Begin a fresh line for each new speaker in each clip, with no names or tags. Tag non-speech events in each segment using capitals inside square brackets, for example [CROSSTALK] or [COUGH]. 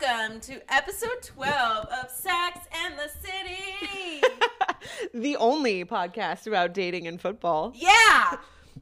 Welcome to episode 12 of Sex and the City.
the only podcast about dating and football.
yeah,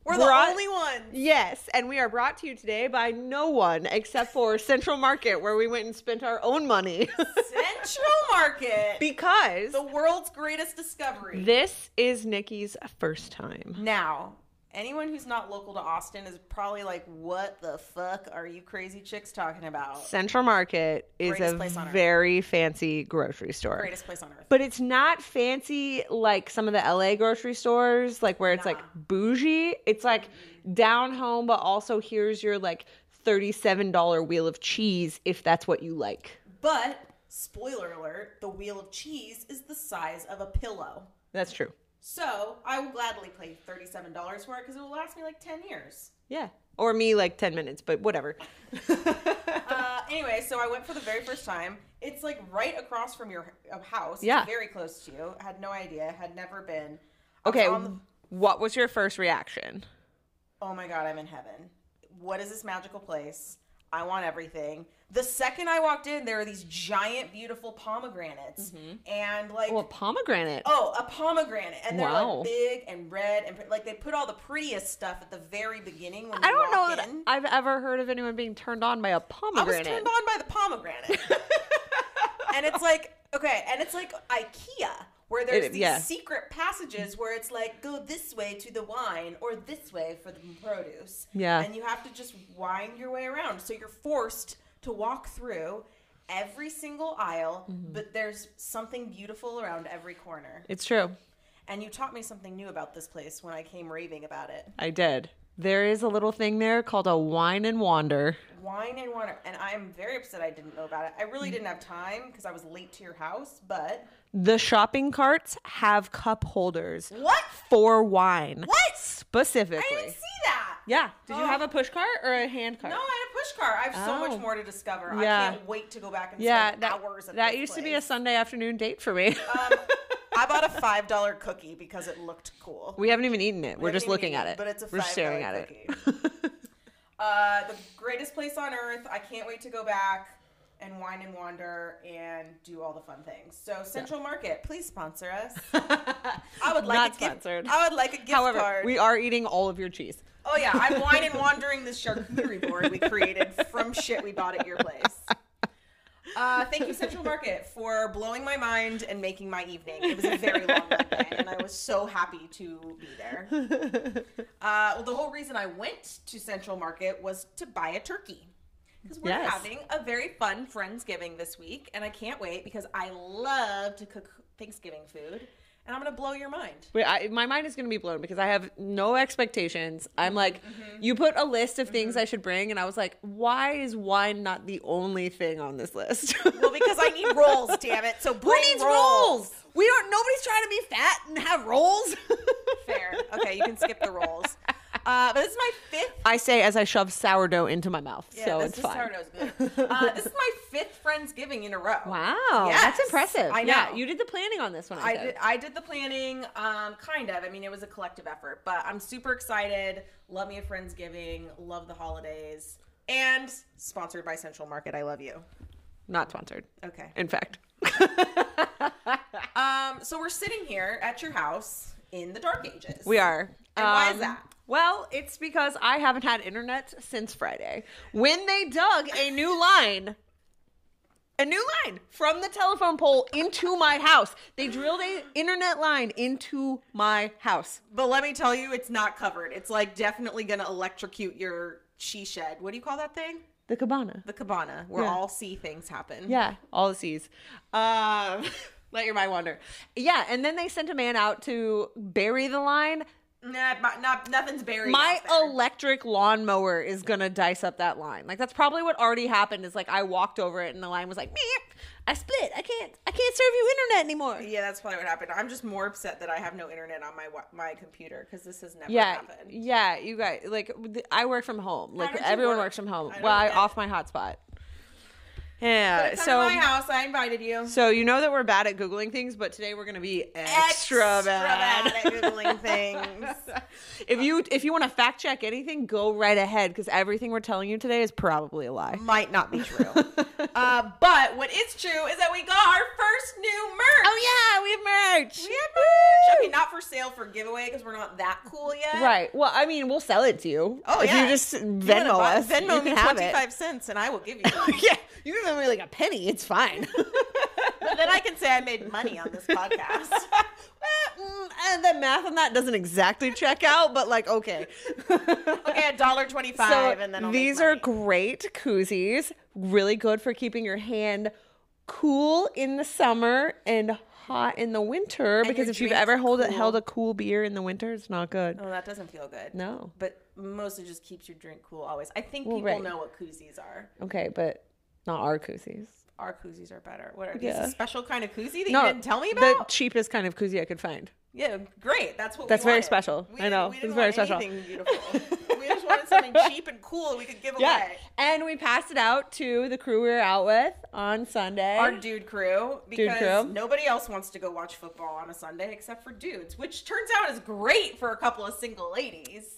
we're the
Brought-
only
[LAUGHS]
ones.
Yes, and we are brought to you today by no one except for Central Market, where we went and spent our own money [LAUGHS]
Central Market,
because
the world's greatest discovery.
this is Nikki's first time.
now, anyone who's not local to Austin is probably like, what the fuck are you crazy chicks talking about?
Central Market is
Greatest
a
place on earth.
very fancy grocery store.
Greatest place on earth.
But it's not fancy like some of the LA grocery stores, like where it's like bougie. It's like down home, but also here's your like $37 wheel of cheese if that's what you like.
but, spoiler alert, the wheel of cheese is the size of a pillow.
That's true.
So I will gladly pay $37 for it because it will last me like 10 years.
Yeah. Or me like 10 minutes, but [LAUGHS] whatever.
uh, anyway, so I went for the very first time. It's like right across from your h- uh, house. It's
Yeah.
very close to you. I had no idea. Had never been. I was
Okay.
on the-
What was your first reaction?
oh my god, I'm in heaven. What is this magical place? I want everything. The second I walked in, there are these giant, beautiful pomegranates, and like.
Mm-hmm. Well, pomegranate.
Oh, a pomegranate, and they're
Wow.
like big and red, and pre- like they put all the prettiest stuff at the very beginning when you
I don't know
walk
that
in.
I've ever heard of anyone being turned on by a
I was
pomegranate.
turned on by the pomegranate.
[LAUGHS]
and it's like, okay, and it's like IKEA, where there's
It-
these
yeah.
secret passages where it's like, go this way to the wine or this way for the produce.
Yeah.
And you have to just wind your way around. So you're forced to walk through every single aisle,
Mm-hmm.
but there's something beautiful around every corner.
It's true.
And you taught me something new about this place when I came raving about it.
I did. There is a little thing there called a wine and wander.
wine and water and i'm very upset i didn't know about it i
Mm.
really didn't have time because i was late to your house but
The shopping carts have cup holders
what
for wine.
What?
Specifically.
i didn't see that
yeah. Did
Oh.
you have a push cart or a hand cart?
no i had a push cart i have so
Oh.
much more to discover i
Yeah.
can't wait to go back and
Yeah,
spend
that,
hours at
that
this
used to be a
place.
Sunday afternoon date for [LAUGHS] me.
um, i bought a five dollar cookie because it looked cool
we haven't even eaten it. We are
haven't
just
even
looking
eaten
at
it,
it.
but it's a
We're just staring at
$5
[LAUGHS] it.
uh, the greatest place on earth i can't wait to go back and wine and wander and do all the fun things. So Central Market, please sponsor
[LAUGHS]
us. I would like
Not
a
sponsored.
gift. I would like a gift
However,
card.
we are eating all of
[LAUGHS]
your cheese.
Oh yeah, I'm wine
[LAUGHS]
and wandering this charcuterie board we created from shit we bought at your place. Uh, thank you, Central Market, for blowing my mind and making my evening. It was a very long Monday, and I was so happy to be there. Uh, well, the whole reason I went to Central Market was to buy a turkey because we're
Yes.
having a very fun Friendsgiving this week, and I can't wait because I love to cook Thanksgiving food, and I'm gonna blow your mind.
Wait, I, my mind is going to be blown because I have no expectations. I'm like,
Mm-hmm,
you put a list of things I should bring, and I was like, why is wine not the only thing on this list? [LAUGHS]
Well, because I need rolls, damn it. So
Who
bring
needs rolls? We don't. Nobody's trying to be fat and have rolls. [LAUGHS]
Fair. Okay, you can skip the rolls. Uh, but this is my fifth.
I say as I shove sourdough into my mouth, so
this
it's
is
fine.
sourdough's good. Uh, this is my fifth Friendsgiving in a row.
[LAUGHS] Wow,
Yes.
that's impressive.
I
Yeah,
know.
you did the planning on this one. I,
I
said.
did, I did the planning, um, kind of. I mean, it was a collective effort, but I'm super excited. Love me a Friendsgiving. Love the holidays. And sponsored by Central Market. I love you.
Not sponsored.
Okay.
In fact, [LAUGHS]
Um, so we're sitting here at your house in the dark ages.
we are.
And why is
Um,
that?
Well, it's because I haven't had internet since Friday when they dug a new line. A new line from the telephone pole into my house. They drilled a internet line into my house.
But let me tell you, it's not covered. It's like definitely going to electrocute your she shed. What do you call that thing?
The cabana.
The cabana, where
Yeah.
all sea things happen.
Yeah, all the seas. Um, [LAUGHS] let your mind wander. Yeah, and then they sent a man out to bury the line.
Nah, but not, nothing's buried.
My
out there.
electric lawnmower is gonna dice up that line. Like that's probably what already happened. Is like I walked over it and the line was like, Meep, I split. I can't. I can't serve you internet anymore.
yeah, that's probably what happened. I'm just more upset that I have no internet on my wa- my computer because this has never
Yeah,
happened.
yeah. You guys, like th- I work from home. Like
did you
everyone
work?
works from home.
I don't
well, I
get
off my hotspot. Yeah.
Come to my
So
house. I invited you.
so you know that we're bad at googling things, but today we're gonna be extra, bad.
at googling things.
[LAUGHS] if you if you want to fact check anything, go right ahead because everything we're telling you today is probably a lie.
Might not be
[LAUGHS]
true. uh, but what is true is that we got our first new merch.
Oh yeah, we have merch.
We have merch. Okay, not for sale for giveaway because we're not that cool yet.
Right. Well, I mean, we'll sell it to you.
Oh,
if
yeah.
you just
You wanna
Venmo
buy-
us,
Venmo
you
me
can have it. [LAUGHS]
25 cents and I will give you one.
yeah, you can Venmo me like a penny.
[LAUGHS]
It's fine.
But
[LAUGHS]
then I can say I made money on this podcast.
Mm, and the math on that doesn't exactly check out, but like, okay.
[LAUGHS]
[LAUGHS]
okay, a dollar twenty-five, and then I'll make
these
money.
are great koozies. Really good for keeping your hand cool in the summer and hot in the winter. because
your
if you've
drinks
ever hold
cool.
held a cool beer in the winter, it's not good.
Oh, that doesn't feel good.
No.
But mostly just keeps your drink cool always. I think people
right.
know what koozies are.
Okay, but not our koozies.
Our koozies are better. What are
Yeah.
these? A special kind of koozie that
No,
you didn't tell me
the
about?
cheapest kind of koozie I could find.
yeah, great. That's what.
That's
we
very
wanted.
special.
We
I
didn't-
know.
We didn't
It's very
want
special. [LAUGHS]
Anything beautiful. we just wanted something cheap and cool we could give
Yeah,
away.
and we passed it out to the crew we were out with on Sunday.
Our
[LAUGHS]
dude crew, because
crew.
nobody else wants to go watch football on a Sunday except for dudes, which turns out is great for a couple of single ladies.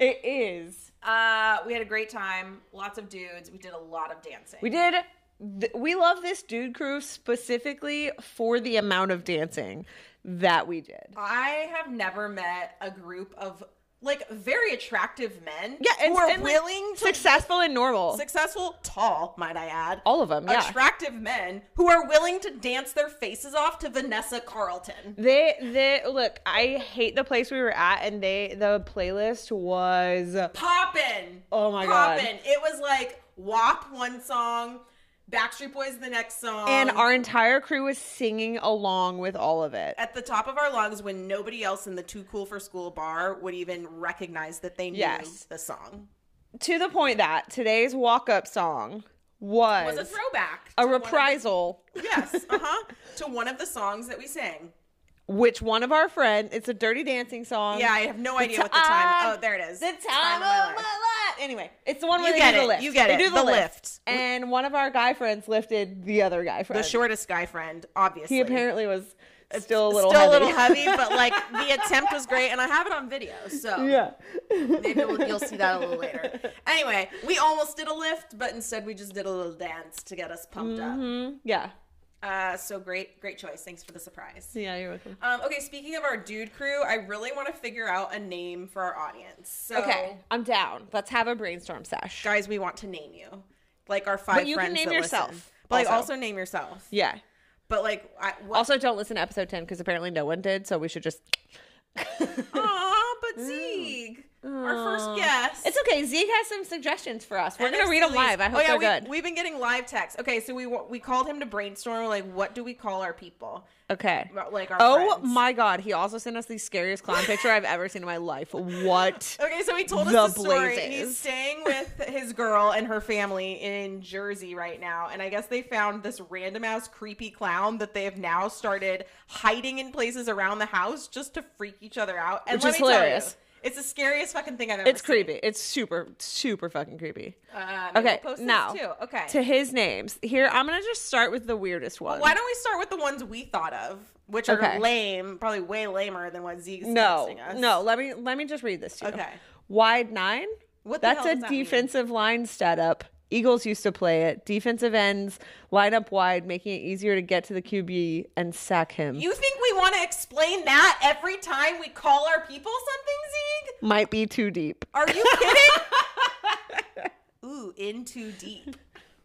it is.
Uh, we had a great time. Lots of dudes. We did a lot of dancing.
We did. Th- we love this dude crew specifically for the amount of dancing that we did.
I have never met a group of like very attractive men.
Yeah, and,
who are
and, like,
willing to
successful and normal.
successful, tall, might I add.
All of them, yeah.
Attractive men who are willing to dance their faces off to Vanessa Carlton.
They they look, I hate the place we were at and they the playlist was
Poppin'.
Oh my God.
Poppin'. It was like WAP one song, Backstreet Boys the next song.
and our entire crew was singing along with all of it.
at the top of our lungs when nobody else in the Too Cool for School bar would even recognize that they knew
Yes.
the song.
To the point that today's walk up song
It
was,
was a throwback.
a
to one of-
reprisal
yes, uh huh. To one of the songs that we sang.
which one of our friend it's a dirty dancing song
Yeah, I have no idea
ti-
what the time.
I-
Oh, there it is.
the time, of my life. Anyway, it's the one where
You
they
get
do the
it.
lift.
You get
They
it.
do the,
The
lift.
lift.
And one of our guy friends lifted the other guy friend.
The shortest guy friend, obviously.
He apparently was still a little
still
heavy.
a little
[LAUGHS]
heavy, but like the attempt was great, and I have it on video, so
yeah.
maybe we'll, you'll see that a little later. Anyway, we almost did a lift, but instead we just did a little dance to get us pumped
Mhm. Yeah.
up. Uh, so great, great choice. Thanks for the surprise.
Yeah, you're welcome.
Um, okay, speaking of our dude crew, I really want to figure out a name for our audience. So,
Okay, I'm down. Let's have a brainstorm sesh.
guys, we want to name you, like our five.
But you can
friends
name
that
yourself
listen. But like,
also.
also name yourself.
Yeah.
But like, I, what?
Also, don't listen to episode 10 because apparently no one did, so we should just.
[LAUGHS] Aw, but Zeke, our first guest.
It's okay. Zeke has some suggestions for us. We're
And
going to
it's
read them
Elise.
live. I hope
oh, yeah,
they're
we,
good.
We've been getting live texts. Okay, so we wa- we called him to brainstorm. Like, what do we call our people?
okay.
About, Like our
Oh
friends.
my god, he also sent us the scariest [LAUGHS] clown picture I've ever seen in my life. What?
Okay, so he told us
The
the story.
Blazes.
He's staying
[LAUGHS]
with his girl and her family in Jersey right now, and I guess they found this random ass creepy clown that they have now started hiding in places around the house just to freak each other out. And
Which
let me
is
tell you,
hilarious.
it's the scariest fucking thing I've ever.
It's
seen.
creepy. It's super, super fucking creepy.
Uh, maybe
Okay,
we'll post this
now
too. okay.
to his names. Here, I'm gonna just start with the weirdest one.
Why don't we start with the ones we thought of, which are
Okay.
lame, probably way lamer than what Zeke's
no,
texting us.
no. Let me let me just read this to you.
Okay.
Wide nine.
What the
That's
hell
a
does that mean?
defensive line setup. Eagles used to play it. Defensive ends line up wide, making it easier to get to the QB and sack him.
You think we want to explain that every time we call our people something, Zeke?
Might be too deep.
Are you kidding?
[LAUGHS]
Ooh, in too deep.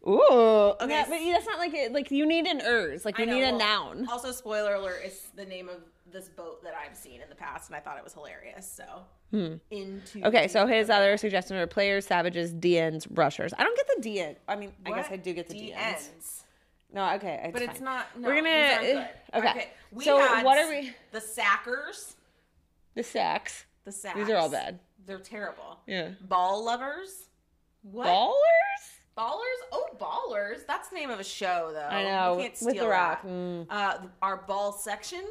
Ooh.
Okay,
Yeah, but that's not like it. Like you need an ers. Like you
I know,
need a
well,
noun.
Also, spoiler alert is the name of this boat that I've seen in the past, and I thought it was hilarious. So, in too
Hmm. Okay,
deep.
so his other suggestions were players, savages, DNs, rushers. I don't get the DN. I mean, I guess
What?
I do get the DNs.
DNs.
No, okay, it's
But it's
fine.
not. No,
We're gonna.
these aren't
eh,
good.
Okay.
We
so
had
what are we?
The Sackers.
The sacks.
The Sacks.
These are all bad.
They're terrible.
Yeah.
Ball lovers. What?
Ballers.
Ballers? Oh, ballers. That's the name of a show, though.
I know.
You can't steal
With the rock.
that.
Mm.
Uh, our ball section.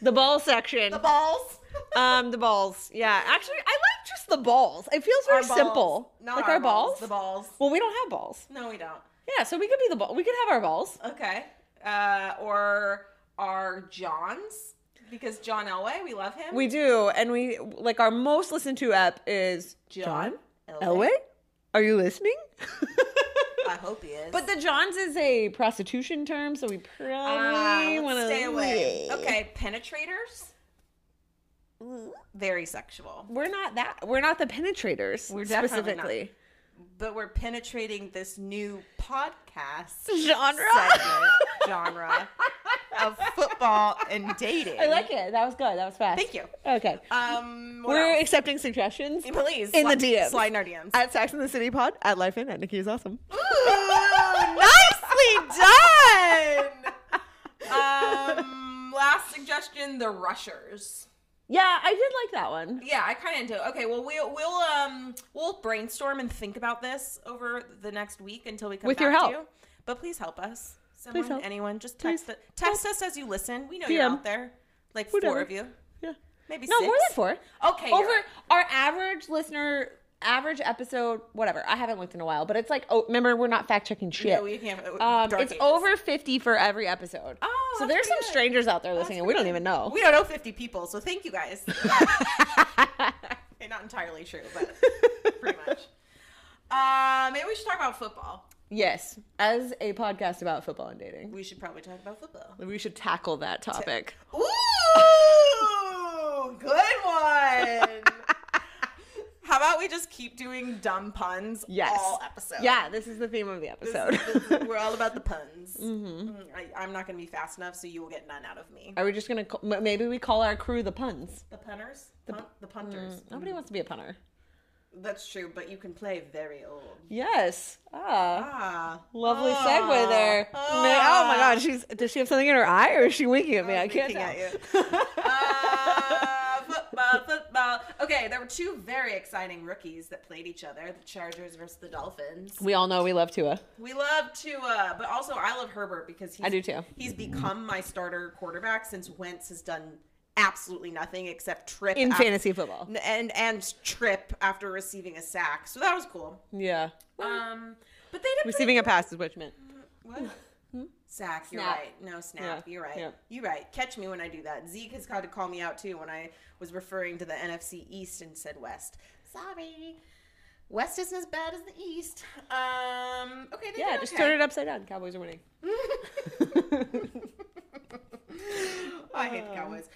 The ball section.
The balls.
um, the balls. Yeah, actually, I like just the balls. It feels very
balls,
simple.
Not
like
our,
our balls.
The balls.
Well, we don't have balls.
No, we don't.
Yeah, so we could be the ball. We could have our balls.
Okay. Uh, or our Johns because John Elway, we love him.
We do, and we like our most listened to app is John,
John
Elway.
Elway. Uh,
Are you listening? [LAUGHS]
I hope he is.
but the Johns is a prostitution term, so we probably
Uh,
want to
let's stay away. Okay, penetrators. Very sexual,
We're not that. We're not the penetrators.
We're definitely not.
specifically
but we're penetrating this new podcast
[LAUGHS] genre.
segment genre
[LAUGHS]
of football and dating.
I like it. That was good. That was fast.
Thank you.
Okay,
Um, what
we're
else?
accepting suggestions
please
in the
sli-
DMs.
Slide in our DMs.
at Sex in the City Pod at Life in at Nikki is awesome. [LAUGHS]
Nicely done. um, last suggestion: the rushers.
Yeah, I did like that one.
Yeah, I kind of do. Okay, well we'll we'll um we'll brainstorm and think about this over the next week until we come
With
back
your help.
To you. But please help us. Someone,
help.
anyone, just
Please
text it- text us as you listen. We know you're
DM.
out there, like
Whatever.
four of you,
Yeah.
maybe
No,
six.
more than four.
Okay,
Over
you're-
our average listener, average episode, whatever. I haven't looked in a while, but it's like, oh, remember, we're not fact checking shit.
No, we can't.
um,
dark
it's
ages.
over 50 for every episode.
Oh,
so
that's
there's some
pretty good.
strangers out there listening, and we don't even [LAUGHS] know.
We don't know 50 people, so thank you
[LAUGHS]
guys. okay, not entirely true, but pretty much. Uh, maybe we should talk about football.
yes, as a podcast about football and dating,
We should probably talk about football.
we should tackle that topic.
Ooh, good one. [LAUGHS] How about we just keep doing dumb puns
Yes.
all episode?
Yeah, this is the theme of the
This-
episode.
this- [LAUGHS] we're all about the puns. Mm, I, I'm not going to be fast enough, so you will get none out of me.
[LAUGHS] Are we just gonna? Call, m- maybe we call our crew the puns.
The punners? The, Mm. Pun- the punters.
Nobody wants to be a punter.
That's true, but you can play very old.
Yes. Ah.
Ah,
Lovely segue there. Ma- Oh, my god, she's does she have something in her eye or is she Oh, winking at me? I,
was
can't tell.
winking Ah, football, football. Okay, there were two very exciting rookies that played each other: the Chargers versus the Dolphins.
[LAUGHS] we all know we love Tua.
We love Tua, but also I love Herbert because he's,
I do too.
He's become my starter quarterback since Wentz has done absolutely nothing except trip
In
af-
fantasy football.
and and trip after receiving a sack. So that was cool.
Yeah.
Um, but they did pretty
Receiving a pass is what you meant. [LAUGHS]
What? Sack, you're
Snap.
right. No, snap,
Hmm? Yeah,
you're right.
yeah.
You're right. Catch me when I do that. Zeke has had to call me out too when I was referring to the NFC East and said West. Sorry. West isn't as bad as the East. Um, okay, they
Yeah,
did
just
okay.
turn it upside down. Cowboys are [LAUGHS] winning.
Oh, I hate the Cowboys.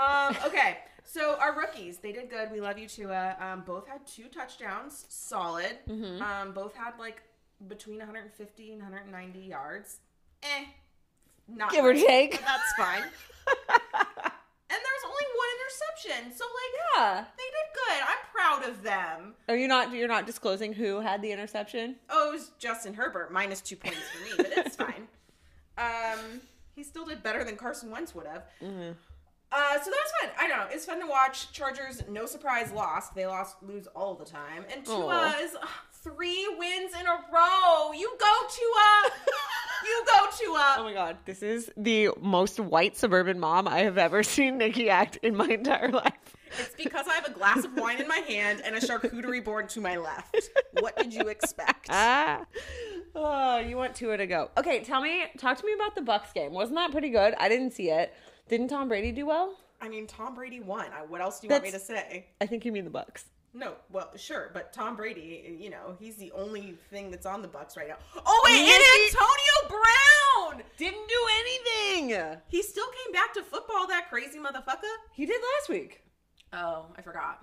Um, okay, so our rookies, they did good. We love you, Tua. Um, both had two touchdowns, solid.
Mm-hmm.
Um, both had like between 150 and 190 yards. Eh, not
Give or
great.
take.
That's fine. and there's only one interception, so like
Yeah.
they did good. I'm proud of them.
Are you not you're not disclosing who had the interception?
Oh, it was Justin Herbert minus two points for me, but it's fine. Um, he still did better than Carson Wentz would have. Uh, so that was fun. I don't know. It's fun to watch. Chargers, no surprise, lost. They lost, lose all the time. And Tua
Aw.
is uh, three wins in a row. You go Tua. you go Tua.
Oh my god, this is the most white suburban mom I have ever [LAUGHS] seen Nikki act in my entire life. [LAUGHS]
It's because I have a glass of wine in my hand and a charcuterie board to my left. What did you expect?
Ah. Oh, you want Tua to go. Okay, tell me, talk to me about the Bucks game. Wasn't that pretty good? I didn't see it. Didn't Tom Brady do well?
I mean, Tom Brady won. I, what else do you want me
That's-
to say?
I think you mean the Bucks.
No, well, sure, but Tom Brady, you know, he's the only thing that's on the Bucks right now. Oh wait, and Antonio Brown.
Didn't do anything.
He still came back to football, that crazy motherfucker.
He did last week.
Oh, I forgot.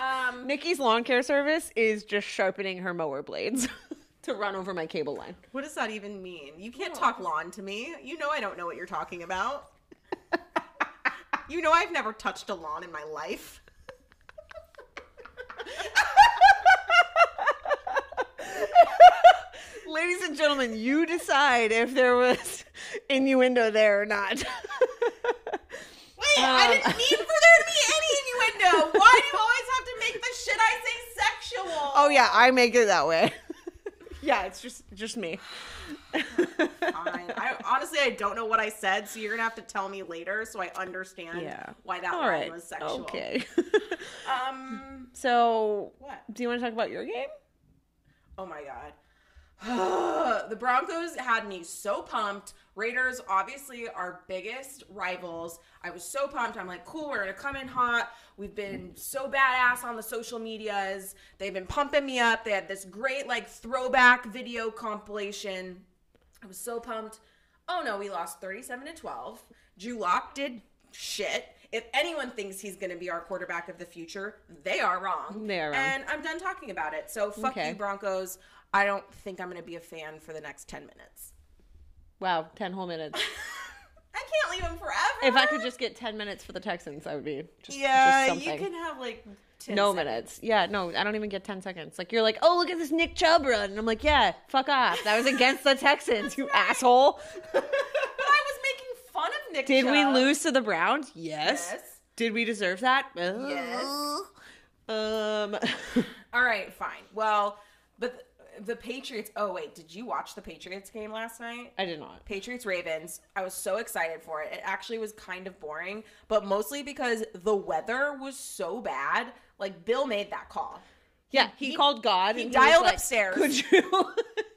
um,
Nikki's lawn care service is just sharpening her mower blades [LAUGHS] to run over my cable line.
what does that even mean? You can't talk lawn to me. You know, I don't know what you're talking [LAUGHS] about. you know, I've never touched a lawn in my life.
Ladies and gentlemen, you decide if there was [LAUGHS] innuendo there or not. [LAUGHS]
Wait, I
Um,
didn't mean for there to be any innuendo. Why [LAUGHS] do you always have to make the shit I say sexual?
oh yeah, I make it that way. yeah, [LAUGHS] yeah, it's just just me.
Fine.
[LAUGHS]
I, honestly, I don't know what I said, so you're gonna have to tell me later so I understand
Yeah.
why that
All
line
right.
was sexual.
Okay. [LAUGHS]
Um.
so,
What?
do you want to talk about your game?
Oh my god. [SIGHS] the Broncos had me so pumped. Raiders, obviously, our biggest rivals. I was so pumped. I'm like, cool, we're gonna come in hot. We've been so badass on the social medias. They've been pumping me up. They had this great like throwback video compilation. I was so pumped. Oh no, we lost 37 to 12. Drew Lock did shit. If anyone thinks he's gonna be our quarterback of the future, they are wrong.
They are wrong.
And I'm done talking about it. So fuck
Okay.
you, Broncos. I don't think I'm gonna be a fan for the next 10 minutes.
Wow, ten whole minutes.
I can't leave him forever.
If I could just get ten minutes for the Texans, I would be just,
yeah,
just
you
something.
can have like 10
no
seconds.
minutes. Yeah, no, I don't even get ten seconds. Like you're like, oh look at this Nick Chubb run, and I'm like, yeah, fuck off. That was against the Texans, you asshole.
[LAUGHS] But I was making fun of Nick.
Did we
Chubb.
lose to the Browns? Yes.
Yes.
Did we deserve that?
Yes.
Um. [LAUGHS]
All right, fine. Well, but the, the Patriots. Oh wait, did you watch the Patriots game last night?
I did not.
Patriots Ravens. I was so excited for it. It actually was kind of boring, but mostly because the weather was so bad. Like Bill made that call.
Yeah, he, called God.
he
and was
dialed
like,
upstairs.
Could you? [LAUGHS]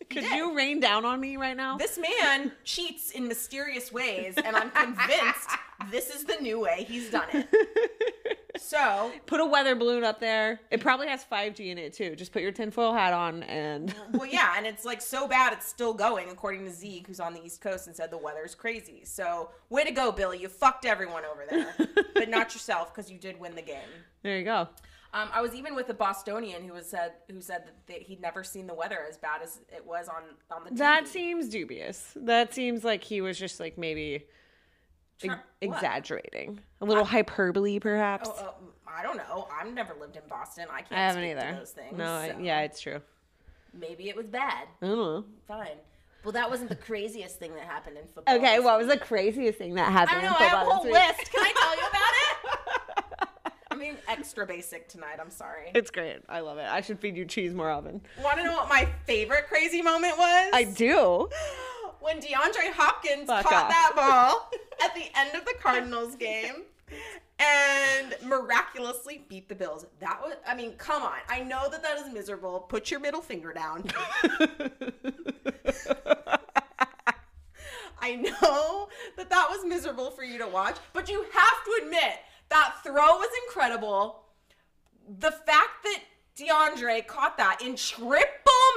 could
did.
you rain down on me right now?
This man cheats in mysterious ways, and I'm convinced this is the new way he's done it. So,
Put a weather balloon up there. It probably has 5G in it too. Just put your tinfoil hat on and
well, yeah, and it's like so bad it's still going, according to Zeke, who's on the East Coast and said the weather's crazy. So, way to go, Billy. You fucked everyone over there, but not yourself because you did win the game.
[LAUGHS] there you go.
Um, I was even with a Bostonian who was said who said that they, he'd never seen the weather as bad as it was on on the TV.
That seems dubious. That seems like he was just like maybe e-
Tr- what?
exaggerating, a little hyperbole perhaps.
Oh, uh, I don't know. I've never lived in Boston. I can't
I haven't
speak
either.
to those things.
no, I-
so
yeah, it's true.
maybe it was bad.
I don't know.
Fine. Well, that wasn't the craziest thing that happened in football.
Okay,
this
what
week.
was the craziest thing that
I
happened?
don't know.
in
I have a
football
whole
this week?
list. Can I tell you about it? I'm being extra basic tonight. I'm sorry.
[LAUGHS] It's great. I love it. I should feed you cheese more often.
Want to know what my favorite crazy moment was?
I do.
when DeAndre Hopkins
Fuck
caught
off.
that ball
[LAUGHS]
at the end of the Cardinals game and miraculously beat the Bills. That was, I mean, come on. I know that that is miserable. Put your middle finger
[LAUGHS]
down. I know that that was miserable for you to watch, but you have to admit that throw was incredible. The fact that DeAndre caught that in triple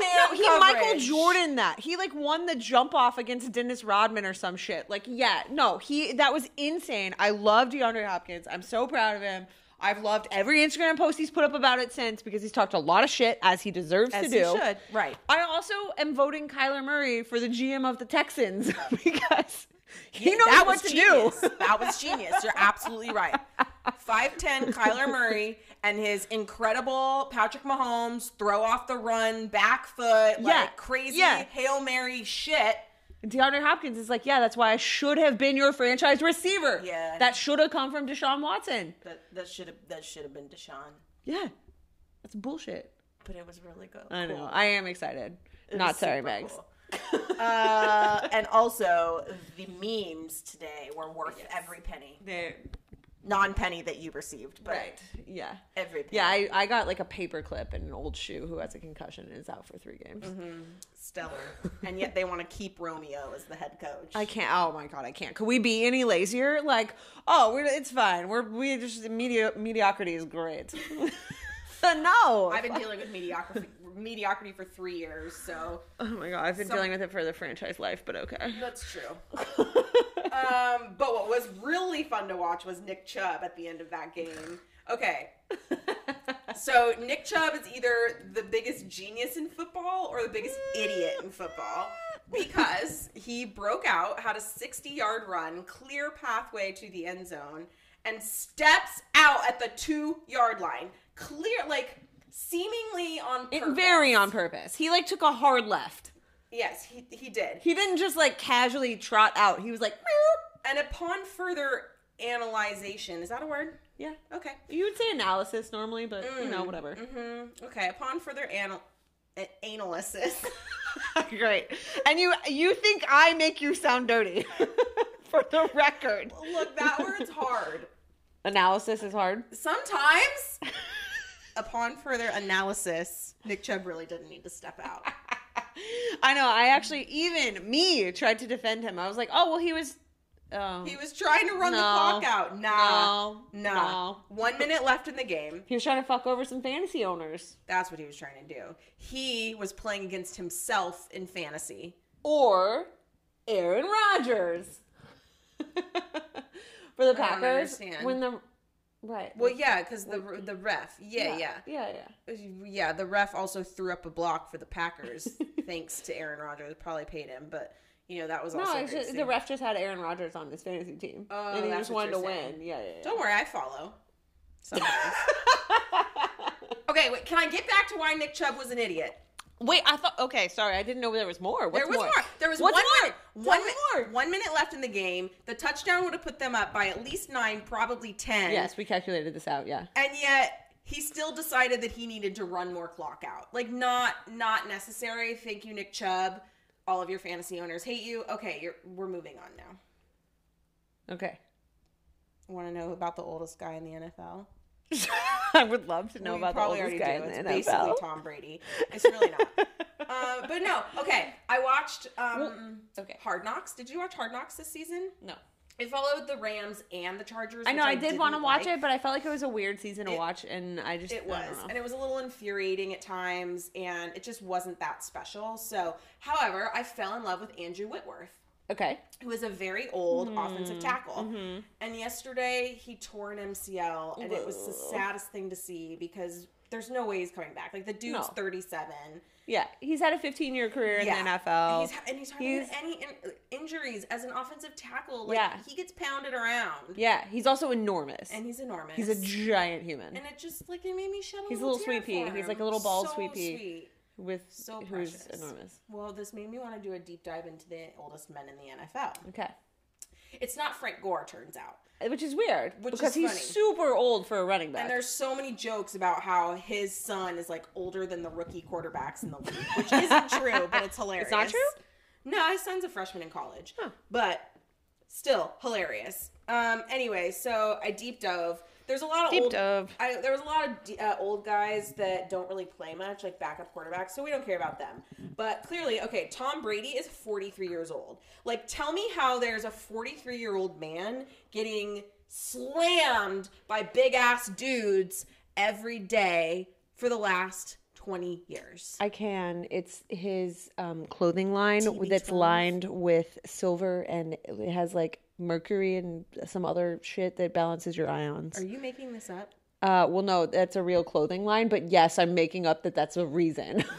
man
he
coverage.
Michael Jordan that. He like won the jump off against Dennis Rodman or some shit. Like, yeah, no, he that was insane. I love DeAndre Hopkins. I'm so proud of him. I've loved every Instagram post he's put up about it since because he's talked a lot of shit as he deserves
As
to
he
do.
should, right.
I also am voting Kyler Murray for the GM of the Texans [LAUGHS] because he knows
that was
what to
genius.
do.
That was genius. You're absolutely right. 5'10 Kyler Murray and his incredible Patrick Mahomes throw off the run, back foot,
Yeah.
like crazy
Yeah.
Hail Mary shit.
DeAndre Hopkins is like, yeah, that's why I should have been your franchise receiver.
Yeah.
That should have come from Deshaun Watson.
That that should have that should have been Deshaun.
Yeah. That's bullshit.
But it was really good.
I know. I am excited. Not sorry, Megs.
uh, and also the memes today were worth every penny.
They're
Non penny that you received, but
right. Yeah.
every penny.
Yeah, I, I got like a paper clip and an old shoe who has a concussion and is out for three games.
Mm-hmm. stellar. and yet they want to keep Romeo as the head coach.
I can't. Oh my god, I can't. Could we be any lazier? Like, oh, we're it's fine. We're we just medi- mediocrity is great. [LAUGHS] no.
I've been dealing with mediocrity mediocrity for three years, so
oh my god, I've been
Some-
dealing with it for the franchise life, but okay.
that's true. um, but what was really fun to watch was Nick Chubb at the end of that game. Okay,
[LAUGHS]
[LAUGHS] so Nick Chubb is either the biggest genius in football or the biggest idiot in football because he broke out, had a 60 yard run, clear pathway to the end zone, and steps out at the two yard line. Clear, like seemingly on
It,
purpose.
very on purpose. He like took a hard left.
Yes, he, he did.
He didn't just like casually trot out. He was like, "Meow."
And upon further analyzation, is that a word?
yeah.
Okay.
Mm-hmm. You would say analysis normally, but you know, whatever.
Mm, okay. Upon further anal, an anal assist.
Mm-hmm. [LAUGHS] Great. And you you think I make you sound dirty? [LAUGHS] For the record,
[LAUGHS] Look, that word's hard.
analysis is hard.
Sometimes, upon further analysis, Nick Chubb really didn't need to step out.
[LAUGHS] I know. I actually even me tried to defend him. I was like, oh well, he was. Um,
He was trying to run the
No.
clock out. Nah.
No.
Nah.
No.
One minute left in the game.
he was trying to fuck over some fantasy owners.
That's what he was trying to do. He was playing against himself in fantasy.
or Aaron Rodgers [LAUGHS] for the Packers
understand.
when the right
Well, yeah, because the the ref. Yeah, yeah,
yeah yeah
yeah, The ref also threw up a block for the
[LAUGHS]
Packers, thanks to Aaron Rodgers. Probably paid him, but you know that was also
no
great
it's just,
to
the
see.
ref just had Aaron Rodgers on his fantasy team
Oh,
and he
that's
just
what
wanted to
you're saying.
win yeah yeah, yeah.
Don't worry, I
[LAUGHS]
follow. Sometimes. okay, wait. Can I get back to why Nick Chubb was an idiot?
wait I thought okay sorry I didn't know there was more What's
There was more. There was
What's
one
more?
minute.
Tell
One
me
minute. One minute left in the game. The touchdown would have put them up by at least nine, probably ten.
yes we calculated this out yeah
and yet he still decided that he needed to run more clock out. Like not not necessary. Thank you, Nick Chubb. All of your fantasy owners hate you. Okay, you're, we're moving on now.
okay [LAUGHS]
Want to know about the oldest guy in the NFL?
I would love to know
We
about the
probably
oldest
already
guy
do.
in the
It's basically
NFL
Tom Brady. It's really
[LAUGHS]
not. uh, but no, okay. I watched um,
okay
Hard Knocks. Did you watch Hard Knocks this season?
no
It followed the Rams and the Chargers.
I know
which
I, did want to
didn't
watch
like.
it but I felt like it was a weird season to watch and I just
It
I don't
was.
know.
And it was a little infuriating at times, and it just wasn't that special. So, however, I fell in love with Andrew Whitworth,
okay
who is a very old
Mm-hmm.
offensive tackle. And yesterday he tore an MCL, and it was the
Whoa.
saddest thing to see because there's no way he's coming back. Like, the dude's
No.
37.
Yeah, he's had a 15 year career in
Yeah.
the NFL.
And he's, and he's hardly
He's-
had any in- injuries as an offensive tackle. Like,
Yeah.
he gets pounded around,
yeah, he's also enormous.
and he's enormous.
he's a giant human
and it just like it made me shed a
He's a
little
little
tear
sweet pea.
for
He's
him.
like a little bald
so
sweet pea.
Sweet.
with
so
who's
precious.
enormous.
Well, this made me want to do a deep dive into the oldest men in the NFL.
Okay,
It's not Frank Gore, turns out.
which is weird
Which
because
is
he's
funny.
super old for a running back.
And there's so many jokes about how his son is like older than the rookie quarterbacks in the league, which isn't true, but it's hilarious.
true?
No, his son's a freshman in college, but still hilarious. Um, anyway, so I deep dove. There's a lot of
Deep
old,
dove.
I, there was a lot of d- uh, old guys that don't really play much, like backup quarterbacks, so we don't care about them. But clearly, okay, Tom Brady is 43 years old. Like, tell me how there's a 43 year old man getting slammed by big ass dudes every day for the last 20 years.
I can. It's his um, clothing line
TB12.
that's lined with silver and it has like mercury and some other shit that balances your ions.
Are you making this up?
Uh, well, no, that's a real clothing line, but yes, I'm making up that that's a reason. [LAUGHS]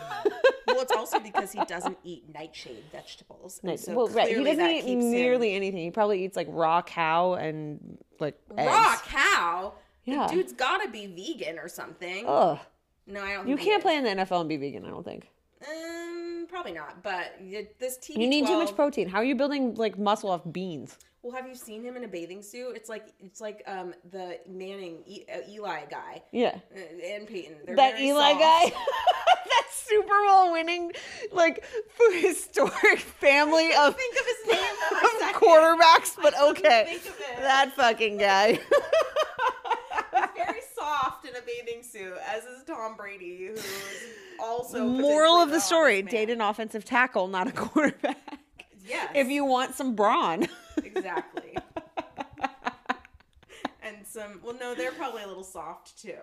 Well, it's also because he doesn't eat nightshade vegetables. and so
well, right. He
clearly
doesn't
that
eat
keeps him-
nearly anything. He probably eats like raw cow and like eggs.
raw cow.
Yeah.
The dude's gotta be vegan or something.
Ugh.
No, I don't.
You
think he
can't
is.
play in the NFL and be vegan. I don't think
Um, probably not. But y- this TV.
you need too much protein. How are you building like muscle off beans?
Well, have you seen him in a bathing suit? It's like it's like um the Manning e- uh, Eli guy
Yeah,
uh, and Peyton. They're
that
very
Eli
soft. [LAUGHS]
guy, [LAUGHS] that Super Bowl winning like for historic [LAUGHS] family of
Think of his name for a
[LAUGHS] of
second.
quarterbacks, but
couldn't
okay,
think of it.
that fucking guy.
[LAUGHS] Very soft in a bathing suit, as is Tom Brady, who's also
Moral of
potentially
the story:
hottest man.
date an offensive tackle, not a quarterback.
Yes.
If you want some brawn. [LAUGHS]
exactly. and some. Well, no, they're probably a little soft too.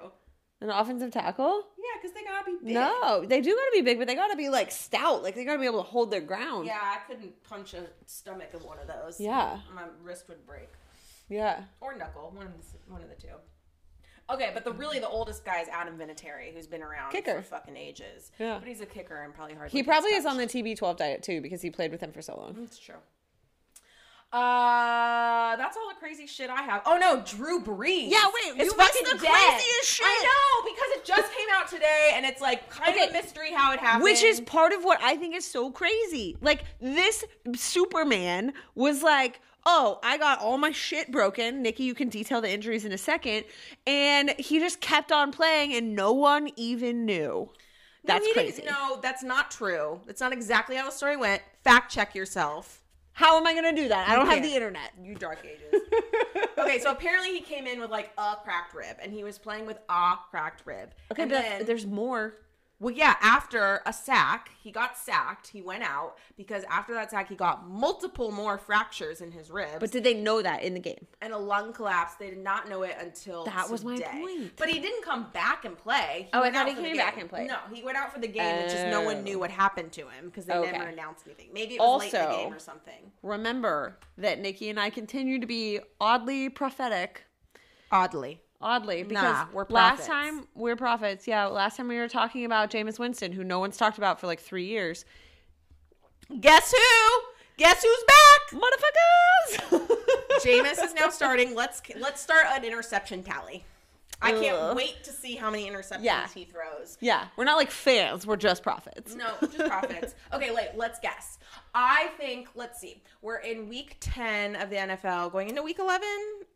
Yeah,
An offensive tackle?
because they gotta be big.
No, they do got to be big, but they got to be like stout. Like they got to be able to hold their ground.
Yeah, I couldn't punch a stomach of one of those.
Yeah.
My wrist would break.
Yeah.
Or knuckle, one of the, one of the two. Okay, but the really the oldest guy is Adam Vinatieri, who's been around
Kicker.
for fucking ages.
Yeah.
But he's a kicker and probably hard.
He probably is on the TB12 diet too because he played with them for so long.
That's true. Uh, that's all the crazy shit I have. Oh no, Drew Brees.
Yeah,
It's
wait, you missed
fucking
the
dead.
craziest shit.
I know because it just came out today, and it's like kind of
Okay.
a mystery how it happened.
Which is part of what I think is so crazy. Like this Superman was like, "Oh, I got all my shit broken." Nikki, you can detail the injuries in a second, and he just kept on playing and no one even knew. That's
we didn't-
crazy.
No, that's not true. That's not exactly how the story went. Fact check yourself.
How am I going to do that? I don't have
can't.
the internet.
You dark
[LAUGHS]
ages. [LAUGHS] okay, so apparently he came in with like a cracked rib, and he was playing with a cracked rib.
Okay,
and
but
then-
there's more.
Well, yeah, after a sack, he got sacked. He went out because after that sack, he got multiple more fractures in his ribs
But did they know that in the game?
and a lung collapse. They did not know it until
That was my
today.
point.
But he didn't come back and play.
Oh, I
went
thought
out
he
for the
came back
game.
and played.
No, he went out for the game. and just no
Oh.
one knew what happened to him because they
Okay.
never announced anything. Maybe it was late in the
Also-
game or something.
Remember that Nikki and I continue to be oddly prophetic.
Oddly,
Oddly, because
Nah, we're prophets.
last time we're prophets. Yeah, last time we were talking about Jameis Winston, who no one's talked about for like three years.
guess who? Guess who's back?
Motherfuckers! [LAUGHS]
Jameis is now starting. Let's let's start an interception tally. I can't
Ugh.
wait to see how many interceptions
Yeah.
he throws.
yeah, we're not like fans. We're just prophets.
No, just profits. [LAUGHS] okay, wait, let's guess. I think, let's see, we're in week 10 of the NFL, going into week 11?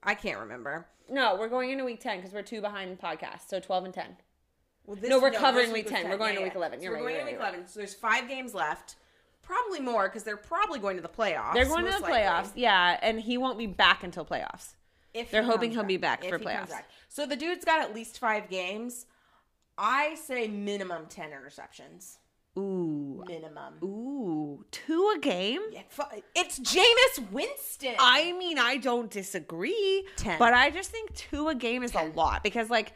I can't remember.
No, we're going into week ten because we're two behind podcasts. So twelve and ten.
Well, this,
No, we're covering
this
week
was
10. We're going
Yeah,
to week
yeah.
11.
So
You're
we're
right,
going
you're
to
right,
week
you're right.
11. So there's five games left. Probably more because they're probably going to the playoffs.
They're going to the
most likely.
playoffs. Yeah, and he won't be back until playoffs.
If
They're
he
hoping
comes
he'll be back
If
for
he comes
playoffs.
So the dude's got at least five games. I say minimum 10 interceptions.
Ooh,
Minimum.
ooh, two a game.
Yeah, fu- It's Jameis Winston.
I mean, I don't disagree,
Ten.
but I just think two a game is a lot because like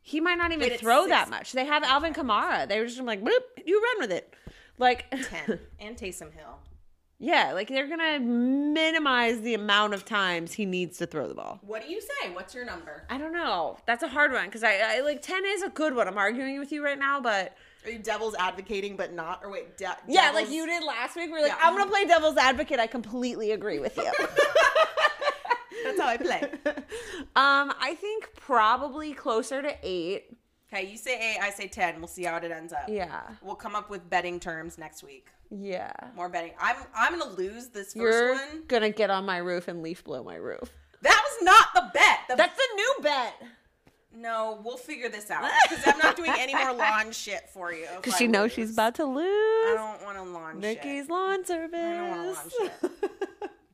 he might not even
Wait, it's
throw
six-
that much. They have Alvin Kamara. They were just like, boop, you run with it. Like,
10. And Taysom Hill.
[LAUGHS] yeah, like they're gonna minimize the amount of times he needs to throw the ball.
What do you say? What's your number?
I don't know. That's a hard one because I, I like ten is a good one. I'm arguing with you right now, but
Are you devil's advocating but not? Or wait, de-
yeah,
devil's-
like you did last week. We're like,
Yeah.
I'm gonna play devil's advocate. I completely agree with [LAUGHS] you.
That's how I play.
[LAUGHS] um, I think probably closer to eight.
okay, you say eight, I say ten. We'll see how it ends up.
Yeah,
We'll come up with betting terms next week.
yeah.
More betting. I'm I'm gonna lose this 1st
You're
one.
gonna get on my roof and leaf blow my roof.
That was not the bet. The
That's a new bet.
no, we'll figure this
[LAUGHS]
out because I'm not doing any more lawn shit for you. if
Because
I
she knows
lose.
she's about to
I
lose
don't want to lawn
Nikki's
shit,
lawn service.
wanna
[LAUGHS]
lawn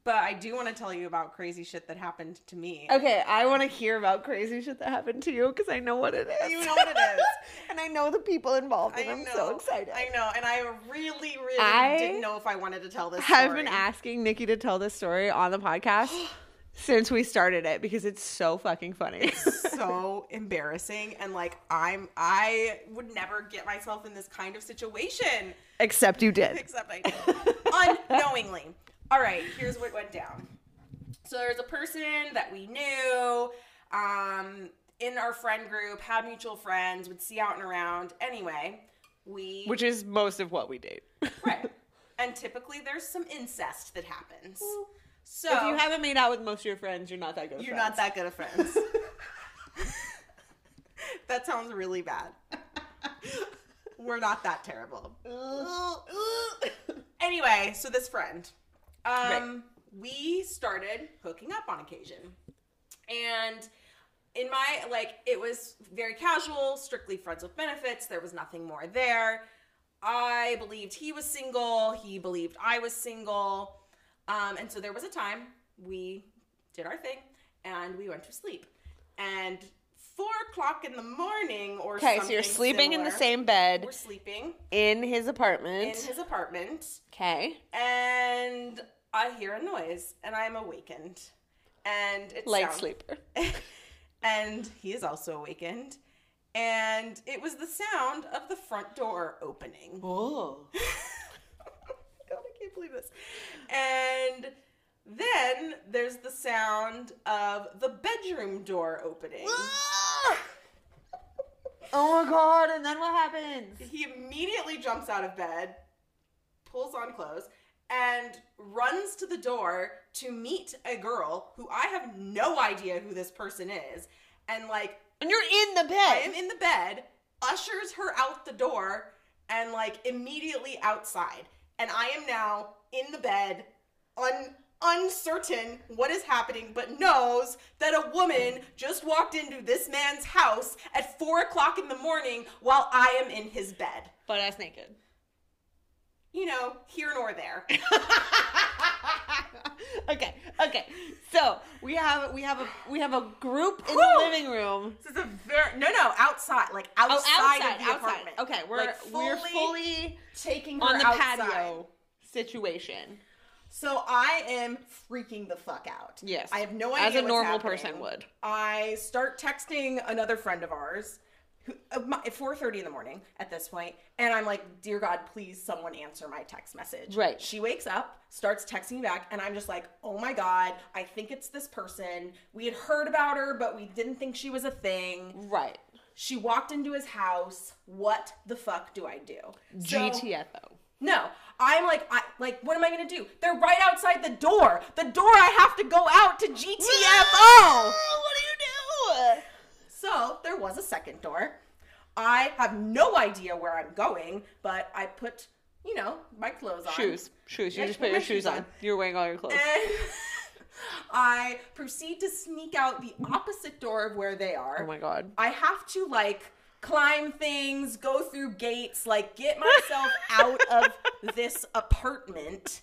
but I do want to tell you about crazy shit that happened to me.
okay, I want to hear about crazy shit that happened to you because I know what it is.
You know what it is.
[LAUGHS] and I know the people involved,
I
and I'm
know.
so excited.
I know, and I really, really
I
didn't know if I wanted to tell this.
have been
story.
asking Nikki to tell this story on the podcast
[GASPS]
since we started it because it's so
[LAUGHS]
fucking funny.
so embarrassing and like I'm I would never get myself in this kind of situation
Except you did.
except I did
[LAUGHS]
unknowingly. All right, here's what went down. So there's a person that we knew um in our friend group, had mutual friends, would see out and around. Anyway, we
Which is most of what we date.
right. and typically there's some incest that happens. So
If you haven't made out with most of your friends, you're not that good. of
You're
friends.
not that good of
[LAUGHS]
friends. that sounds really bad. We're not that terrible. anyway, so this friend, um, we started hooking up on occasion, and in my like it was very casual, strictly friends with benefits. There was nothing more there. I believed he was single. He believed I was single. Um, and so there was a time we did our thing and we went to sleep. And four o'clock in the morning or
Okay, so
something
you're sleeping in the
similar,
same bed
We're sleeping
in his
in
apartment.
his apartment,
Okay.
and I hear a noise, and I am awakened, and it's
Light
sound-
sleeper.
and he is also awakened, and it was the sound of the front door opening.
Oh.
God, I can't believe this. And then there's the sound of the bedroom door opening.
oh my god, and then what happens?
he immediately jumps out of bed, pulls on clothes, and runs to the door to meet a girl who I have no idea who this person is. And like,
And you're in the
I
bed.
am in the bed, ushers her out the door, and like immediately outside. And I am now in the bed, un uncertain what is happening, but knows that a woman just walked into this man's house at four o'clock in the morning while I am in his bed.
Butt ass naked. [LAUGHS]
You know, here nor there.
okay, okay. So we have we have a we have a group in the
Whew.
living room.
This is a very no, no, outside, like outside,
Oh, outside,
of the
outside.
apartment.
Okay, we're
Like,
we're fully
taking her
on the
outside.
patio situation.
So I am freaking the fuck out.
Yes.
I have no idea.
As a
what's
normal
happening.
person would.
I start texting another friend of ours who, uh, my- at 4:30 in the morning at this point, and I'm like, "Dear God, please, someone answer my text message."
Right.
She wakes up, starts texting me back, and I'm just like, "Oh my God, I think it's this person. We had heard about her, but we didn't think she was a thing.
Right.
She walked into his house. What the fuck do I do?" So-
GTFO.
no, I'm like, I like, what am I gonna do? They're right outside the door. The door I have to go out to GTFO.
[LAUGHS] What do you do?
so there was a second door. I have no idea where I'm going, but I put, you know, my clothes on.
Shoes. Shoes. You
Yeah,
just
I put
put your
my
shoes
shoes
on.
on.
You're wearing all your clothes.
And [LAUGHS] I proceed to sneak out the opposite door of where they are.
Oh my god.
I have to like climb things, go through gates, like get
[LAUGHS]
myself out of this apartment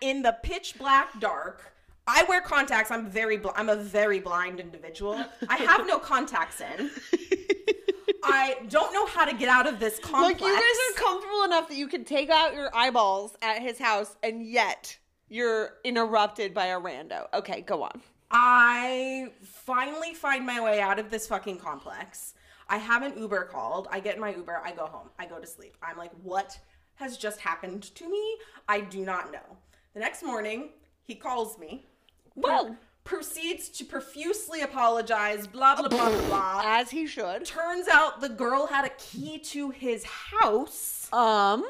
in the pitch black dark. I wear contacts. I'm very bl- I'm a very blind individual. I have no contacts in.
[LAUGHS]
I don't know how to get out of this
Like
complex.
you guys are comfortable enough that you can take out your eyeballs at his house and yet you're interrupted by a rando. Okay, go on.
I finally find my way out of this fucking complex. I have an Uber called. I get my Uber. I go home. I go to sleep. I'm like, what has just happened to me? I do not know. The next morning, he calls me.
Well,
Proceeds to profusely apologize, blah, blah, blah, blah, blah.
as he should.
Turns out the girl had a key to his house
Um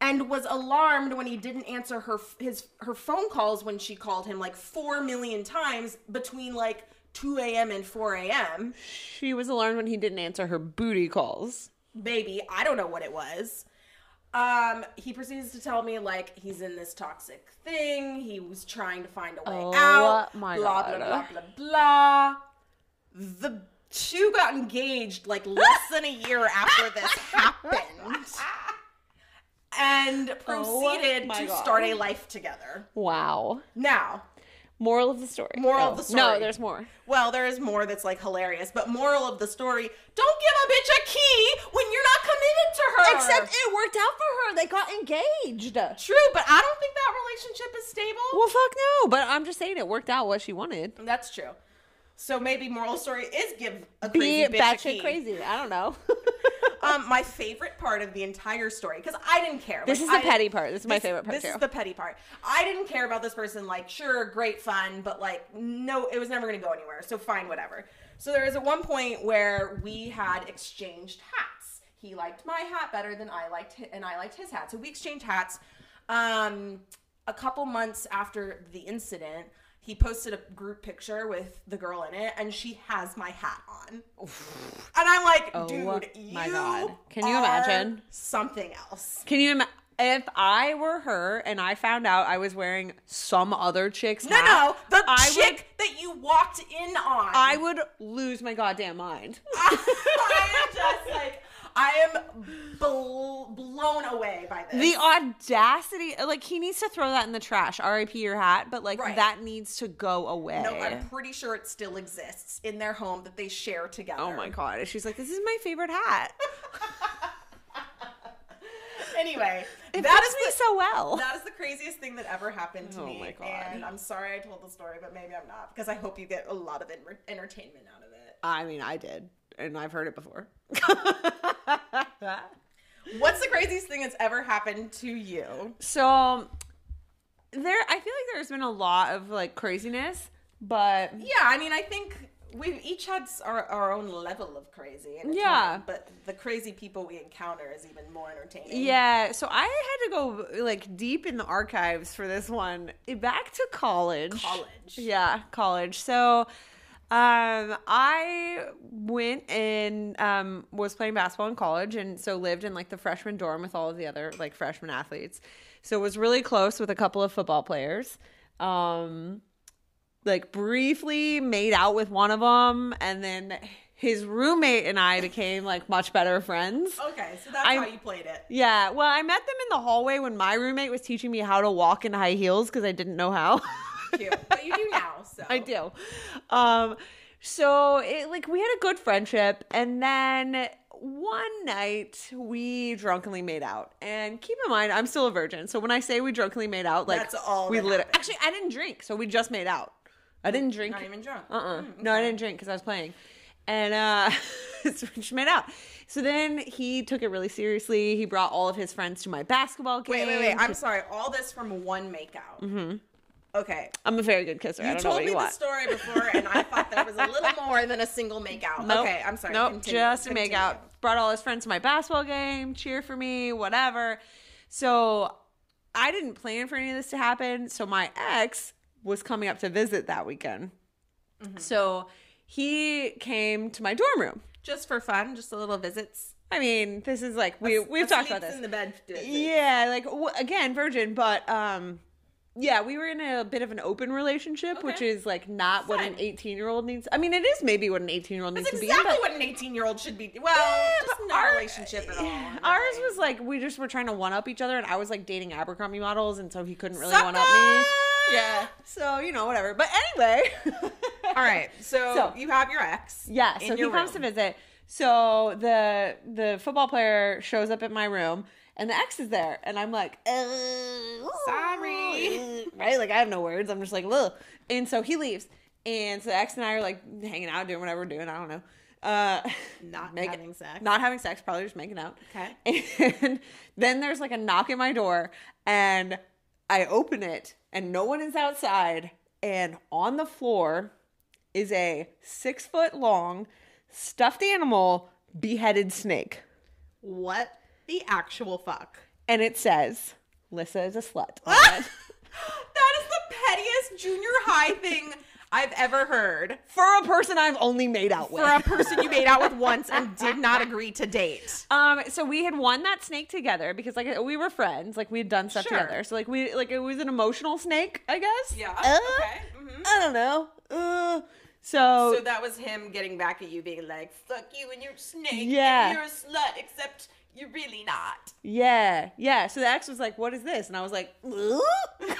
and was alarmed when he didn't answer her his her phone calls when she called him like four million times between like 2 a.m. and 4 a.m.
she was alarmed when he didn't answer her booty calls.
Baby, I don't know what it was. Um, he proceeds to tell me like he's in this toxic thing. He was trying to find a way
Oh,
out.
my
blah,
God.
blah blah blah blah. The two got engaged
[LAUGHS]
like less than a year after this happened. And proceeded
Oh my
to
God.
start a life together.
Wow.
Now,
Moral of the story.
Moral of
Oh,
the
No,
story.
there's more.
well, there is more that's like hilarious, but moral of the story: don't give a bitch a key when you're not committed to her.
Except it worked out for her. They got engaged.
true, but I don't think that relationship is stable.
Well, fuck no. But I'm just saying it worked out what she wanted.
that's true. So maybe moral story is give a
Be
crazy bitch a
batshit
key.
crazy. I don't [LAUGHS] know.
Um, my favorite part of the entire story because I didn't care.
this
Like,
is the
I-
petty part. This is my
this-
favorite part
This
too.
is the petty part. I didn't care about this person. Like, sure, great fun, but like, no, it was never going to go anywhere. So fine, whatever. So there was at one point where we had exchanged hats. He liked my hat better than I liked, hi- and I liked his hat. So we exchanged hats. Um, a couple months after the incident, he posted a group picture with the girl in it, and she has my hat on. And I'm like, dude,
Oh my
you
God. Can you
are
imagine?
something else?
Can you imagine? If I were her and I found out I was wearing some other chick's
No,
hat,
no, the
I
chick
would,
that you walked in on.
I would lose my goddamn mind.
[LAUGHS] I am just like, I am bl- blown away by this.
[LAUGHS] The audacity, like he needs to throw that in the trash. R.I.P. your hat, but like
Right.
that needs to go away.
no, I'm pretty sure it still exists in their home that they share together.
oh my god! She's like, this is my favorite hat. [LAUGHS]
Anyway,
It
that
fits
is
me
the,
so well.
that is the craziest thing that ever happened to
Oh
me.
my God.
And I'm sorry I told the story, but maybe I'm not because I hope you get a lot of en- entertainment out of it.
[LAUGHS] I mean, I did, and I've heard it [LAUGHS] before.
What's the craziest thing that's ever happened to you?
So um, there, I feel like there's been a lot of like craziness, but
Yeah, I mean, I think we've each had s- our, our own level of crazy. and it's
Yeah.
not- but the crazy people we encounter is even more entertaining.
yeah. So I had to go like deep in the archives for this one, eh, back to college.
College.
Yeah, college. So um I went and um was playing basketball in college and so lived in like the freshman dorm with all of the other like freshman athletes. So was really close with a couple of football players. um like briefly made out with one of them and then his roommate and I became like much better friends.
Okay, so that's
I'm-
how you played
[LAUGHS]
it.
Yeah, well, I met them in the hallway when my roommate was teaching me how to walk in high heels because I didn't know how. [LAUGHS]
Cute. But you do now, so.
I do. Um, so it like we had a good friendship, and then one night we drunkenly made out. And keep in mind, I'm still a virgin, so when I say we drunkenly made out, like
That's all
we
that
lit.
happened.
Actually, I didn't drink, so we just made out. I didn't drink.
Not even drunk.
Uh uh No, I didn't drink because I was playing. And uh, [LAUGHS] so we just made out. So then he took it really seriously. He brought all of his friends to my basketball game.
Wait, wait, wait.
[LAUGHS]
I'm sorry. All this from one makeout. Okay.
I'm a very good kisser. Mm-hmm. I
You
don't know
told
what
me
you
the
want.
story before, and I thought that was a little
[LAUGHS]
more than a single makeout.
Nope.
Okay, I'm sorry.
Nope,
Continue.
just to make
Continue.
out. Brought all his friends to my basketball game, cheer for me, whatever. So I didn't plan for any of this to happen. So my ex was coming up to visit that weekend.
Mm-hmm.
So he came to my dorm room.
Just for fun, just a little visits.
I mean, this is like we we've talked about
Sleeps
this.
in the bed. visit.
Yeah, like w- again, virgin, but um, yeah, we were in a bit of an open relationship, which
Okay.
is like not what an
Fine.
eighteen-year-old needs. I mean, it is maybe what an eighteen-year-old needs
That's
to be. in,
exactly
but-
what an 18 year old should be. Well, just
but
no
our-
relationship at all.
Ours was like we just were trying to one up each other, and I was like dating Abercrombie models, and so he couldn't really one up me. Yeah, so you know, whatever. But anyway, [LAUGHS]
All right. So,
So-
you have your ex.
Yeah,
in
so he
your
comes to
room.
visit. So the the football player shows up at my room, and the ex is there, and I'm like, "Uh,
Sorry.
[LAUGHS] right? Like I have no words. I'm just like, Ugh. and so he leaves, and so the ex and I are like hanging out, doing whatever we're doing. I don't know. Uh,
Not
[LAUGHS] make-
having sex.
Not having sex. Probably just making out.
Okay.
[LAUGHS] And then there's like a knock at my door, and I open it, and no one is outside. And on the floor is a six foot long stuffed animal beheaded snake.
What the actual [LAUGHS] fuck?
And it says, Lissa is a slut.
[LAUGHS]
on it.
That is the pettiest junior high thing I've ever heard
For a person I've only made out with.
for a person you made out with once and did not agree to date.
Um, so we had won that snake together because like we were friends, like we had done stuff
Sure.
together. So like we like it was an emotional snake, I guess.
Yeah,
Uh,
okay, mhm.
I don't know. Uh, so,
So that was him getting back at you, being like, "Fuck you and your snake. and
Yeah.
you're a slut, except you're really not."
yeah, yeah. So the ex was like, "What is this?" And I was like, "Ugh." [LAUGHS]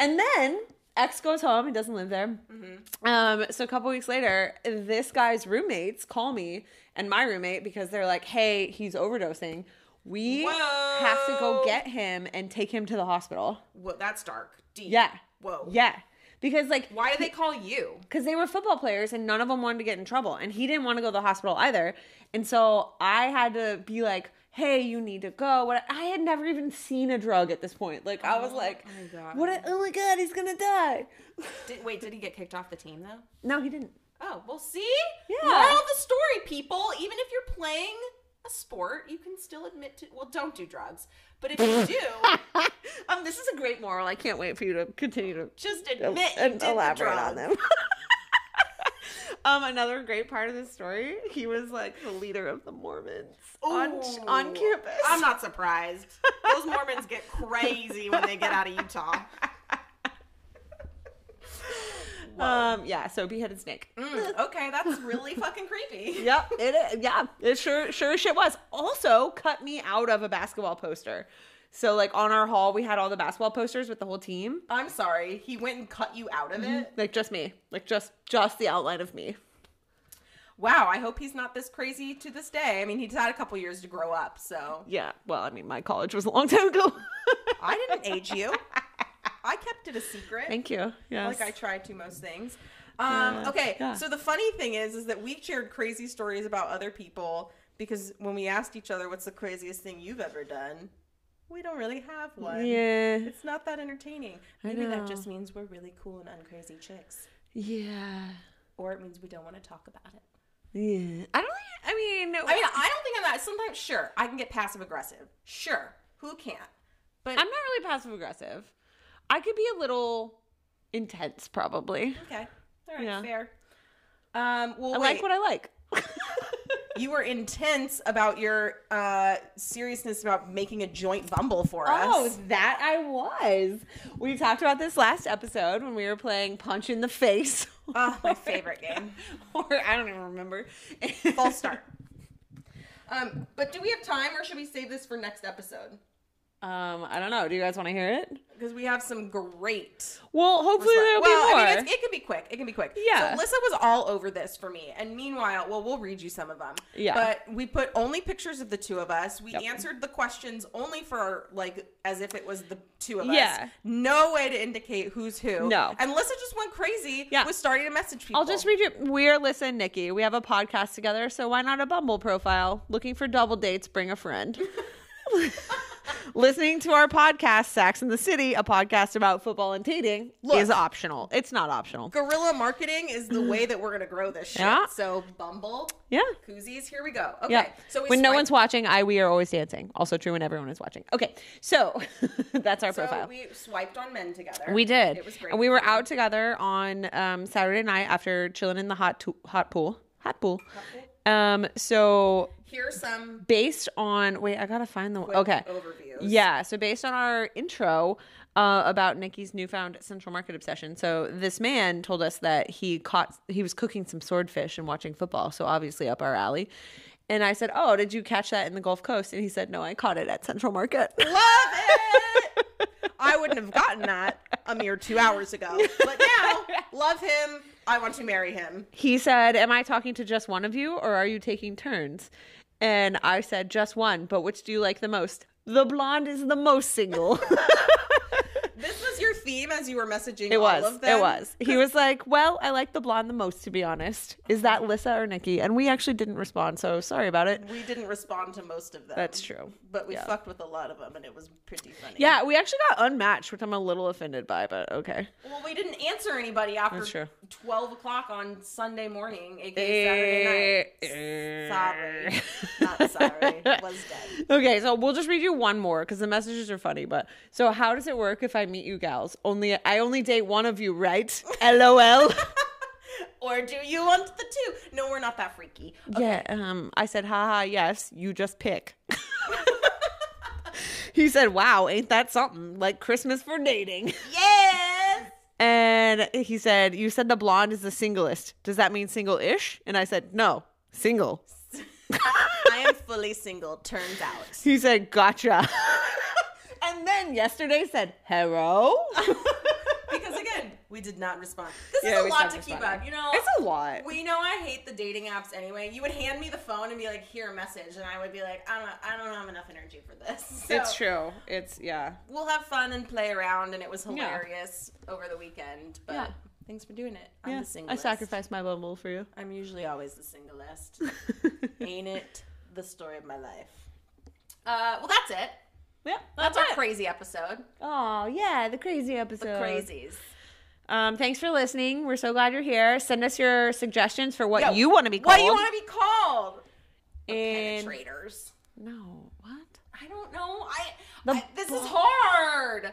and then ex goes home. He doesn't live there.
Mm-hmm.
Um, so a couple weeks later, this guy's roommates call me and my roommate because they're like, "Hey, he's overdosing." We have to go
Whoa.
get him and take him to the hospital.
Well, that's dark. Deep.
Yeah.
Whoa.
Yeah. Because like
Oh. Why do they call you?
because they were football players and none of them wanted to get in trouble and he didn't want to go to the hospital either. And so I had to be like, "Hey, you need to go." What I had never even seen a drug at this point. Like I was like,
my God.
"What? a- oh my god, he's going to die."
Did, wait, did he get kicked off the team though?
no, he didn't.
Oh, well, see?
Yeah.
Moral of the story, people. Even if you're playing a sport, you can still admit to, well, don't do drugs. But if
[LAUGHS]
you do,
um this is a great moral. I can't wait for you to continue to
just admit you
and
did the
elaborate
drugs.
on them. [LAUGHS] um, another great part of this story, he was like the leader of the Mormons on,
Ooh.
on campus.
I'm not surprised. Those Mormons get crazy when they get out of
[LAUGHS]
Utah.
Um, yeah, so beheaded snake.
Mm, okay, that's really fucking creepy.
Yep, it is. Yeah, it sure sure as shit was. Also, cut me out of a basketball poster. So like on our hall, we had all the basketball posters with the whole team.
I'm sorry. He went and cut you out
Mm-hmm.
of it.
Like just me, like just just the outline of me.
Wow, I hope he's not this crazy to this day. I mean, he's had a couple years to grow up, so.
Yeah, well, I mean, my college was a long [LAUGHS] time ago.
I didn't age [LAUGHS] you. I kept it a secret.
Thank you. Yes.
like I try to most things. Um,
Yeah,
okay,
yeah.
so the funny thing is, is that we shared crazy stories about other people because when we asked each other, "What's the craziest thing you've ever done?" we don't really have one.
yeah.
It's not that entertaining.
I
Maybe
know.
that just means we're really cool and uncrazy chicks,
Yeah.
or it means we don't want to talk about it.
Yeah. I don't. think- I mean.
I mean, I don't think I'm that. Sometimes, sure, I can get passive aggressive. Sure, who can't? But
I'm not really passive aggressive. I could be a little intense, probably.
okay, all right,
Yeah.
fair. Um, well,
I
wait.
like [LAUGHS] what I like.
You were intense about your uh, seriousness about making a joint bumble for us.
Oh, that I was. We talked about this last episode when we were playing Punch in
[LAUGHS]
the Face.
Ah, my favorite game.
[LAUGHS] or I don't even remember. [LAUGHS]
False start. Um, but do we have time, or should we save this for next episode?
Um, I don't know. Do you guys want to hear it?
Because we have some great.
Well, hopefully
response-
there'll
well,
be more.
I mean, it's, it can be quick. It can be quick.
Yeah.
So Lissa was all over this for me, and meanwhile, well, we'll read you some of them.
Yeah.
But we put only pictures of the two of us. We
Yep.
answered the questions only for like as if it was the two of
Yeah.
us. No way to indicate who's who.
No.
And Lissa just went crazy.
Yeah.
Was starting to message people.
I'll just read you. We're Lissa and Nikki. We have a podcast together, so why not a Bumble profile? Looking for double dates, bring
[LAUGHS]
a friend. Listening to our podcast, Sax in the City, a podcast about football and dating,
Look.
is optional. It's not optional.
Guerrilla marketing is the way that we're gonna grow this shit.
Yeah.
So Bumble,
Yeah.
koozies, here we go. Okay.
Yeah.
So we
when no
swipe-
one's watching, I we are always dancing. Also true when everyone is watching. Okay, so [LAUGHS] that's our
so
profile.
we swiped on men together.
We did.
It was great.
And we were out together on um, Saturday night after chilling in the hot to- hot pool. Hot pool. Um, so
Here's some
based on wait, I gotta find the
quick
okay.
overviews.
Yeah. So based on our intro uh, about Nikki's newfound central market obsession, so this man told us that he caught he was cooking some swordfish and watching football. So obviously up our alley. And I said, "Oh, did you catch that in the Gulf Coast?" And he said, "No, I caught it at Central Market." [LAUGHS]
Love it. I wouldn't have gotten that a mere two hours ago. But now, love him. I want to marry him.
he said, Am I talking to just one of you or are you taking turns? And I said, Just one, but which do you like the most? The blonde is the most single. [LAUGHS]
This was your theme as you were messaging
it
all
was.
of them.
It was. He was like, Well, I like the blonde the most, to be honest. Is that Lissa or Nikki? And we actually didn't respond, so sorry about it.
We didn't respond to most of them.
That's true.
But we
Yeah.
fucked with a lot of them and it was pretty funny.
Yeah, we actually got unmatched, which I'm a little offended by, but okay.
Well, we didn't answer anybody after
That's true.
12 o'clock on Sunday morning,
Eh,
aka Saturday night. sorry. Not sorry.
[LAUGHS]
Was dead.
Okay, so we'll just read you one more because the messages are funny. But so, how does it work if I meet you, gals? Only I only date one of
[LAUGHS]
you, right? LOL.
Or do you want the two? No, we're not that freaky.
Yeah. Um. I said, haha. Yes, you just pick. [LAUGHS] he said, wow, ain't that something? Like Christmas for dating.
Yes!
And he said, you said the blonde is the singlest. Does that mean single-ish? And I said, no, single.
I am fully single, turns out.
He said, gotcha. [LAUGHS] and then yesterday said, hello.
Because again, we did not respond. This
Yeah,
is a
we
lot
stopped
to keep
responding.
up, you know?
[LAUGHS] It's a lot.
we know I hate the dating apps anyway. You would hand me the phone and be like, "Here, a message," and I would be like, "I don't, I don't have enough energy for this." So
It's true. It's yeah.
We'll have fun and play around, and it was hilarious over the weekend. But
Yeah.
thanks for doing it. I'm the
I
singlest.
sacrificed my bumble
[LAUGHS]
for you. [LAUGHS]
I'm usually always the singlest. Ain't it the story of my life? Uh, well, that's it.
yeah,
That's our crazy episode.
Oh yeah, the crazy episode.
Crazies.
Um, thanks for listening. We're so glad you're here. Send us your suggestions for what
Yeah,
you want to be called.
What do you want to be called?
And-
Penetrators.
No, what
I don't know. I,
The
I- this is
balls.
hard.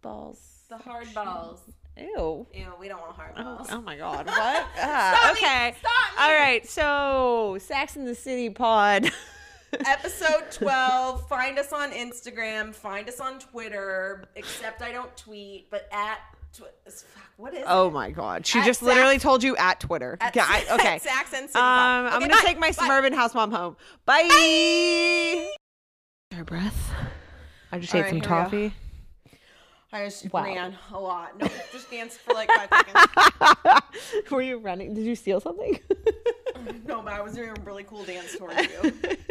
balls?
The hard balls.
Ew.
Ew, we don't want hard balls.
Oh my [LAUGHS] god. What? Ah,
Stop me!
okay.
Stop me!
All right. So Sax in the City
[LAUGHS]
Pod.
[LAUGHS]
[LAUGHS]
Episode 12. Find us on Instagram. Find us on Twitter. Except I don't tweet, but at tw- fuck, what is it?
Oh my god. She
At
just
Sax-
literally told you at Twitter.
At-
Got-
[LAUGHS]
okay.
at Sax and City
um,
Pod.
I'm
Okay,
gonna
bye.
take my
Bye.
suburban house mom home. Bye. Our breath. I just
All
ate
right,
some
here we go.
toffee.
I just
Wow.
ran a lot. No, just danced for
[LAUGHS]
like five seconds.
Were you running? Did you steal something?
No, but [LAUGHS] I was doing a really cool dance towards you.
[LAUGHS]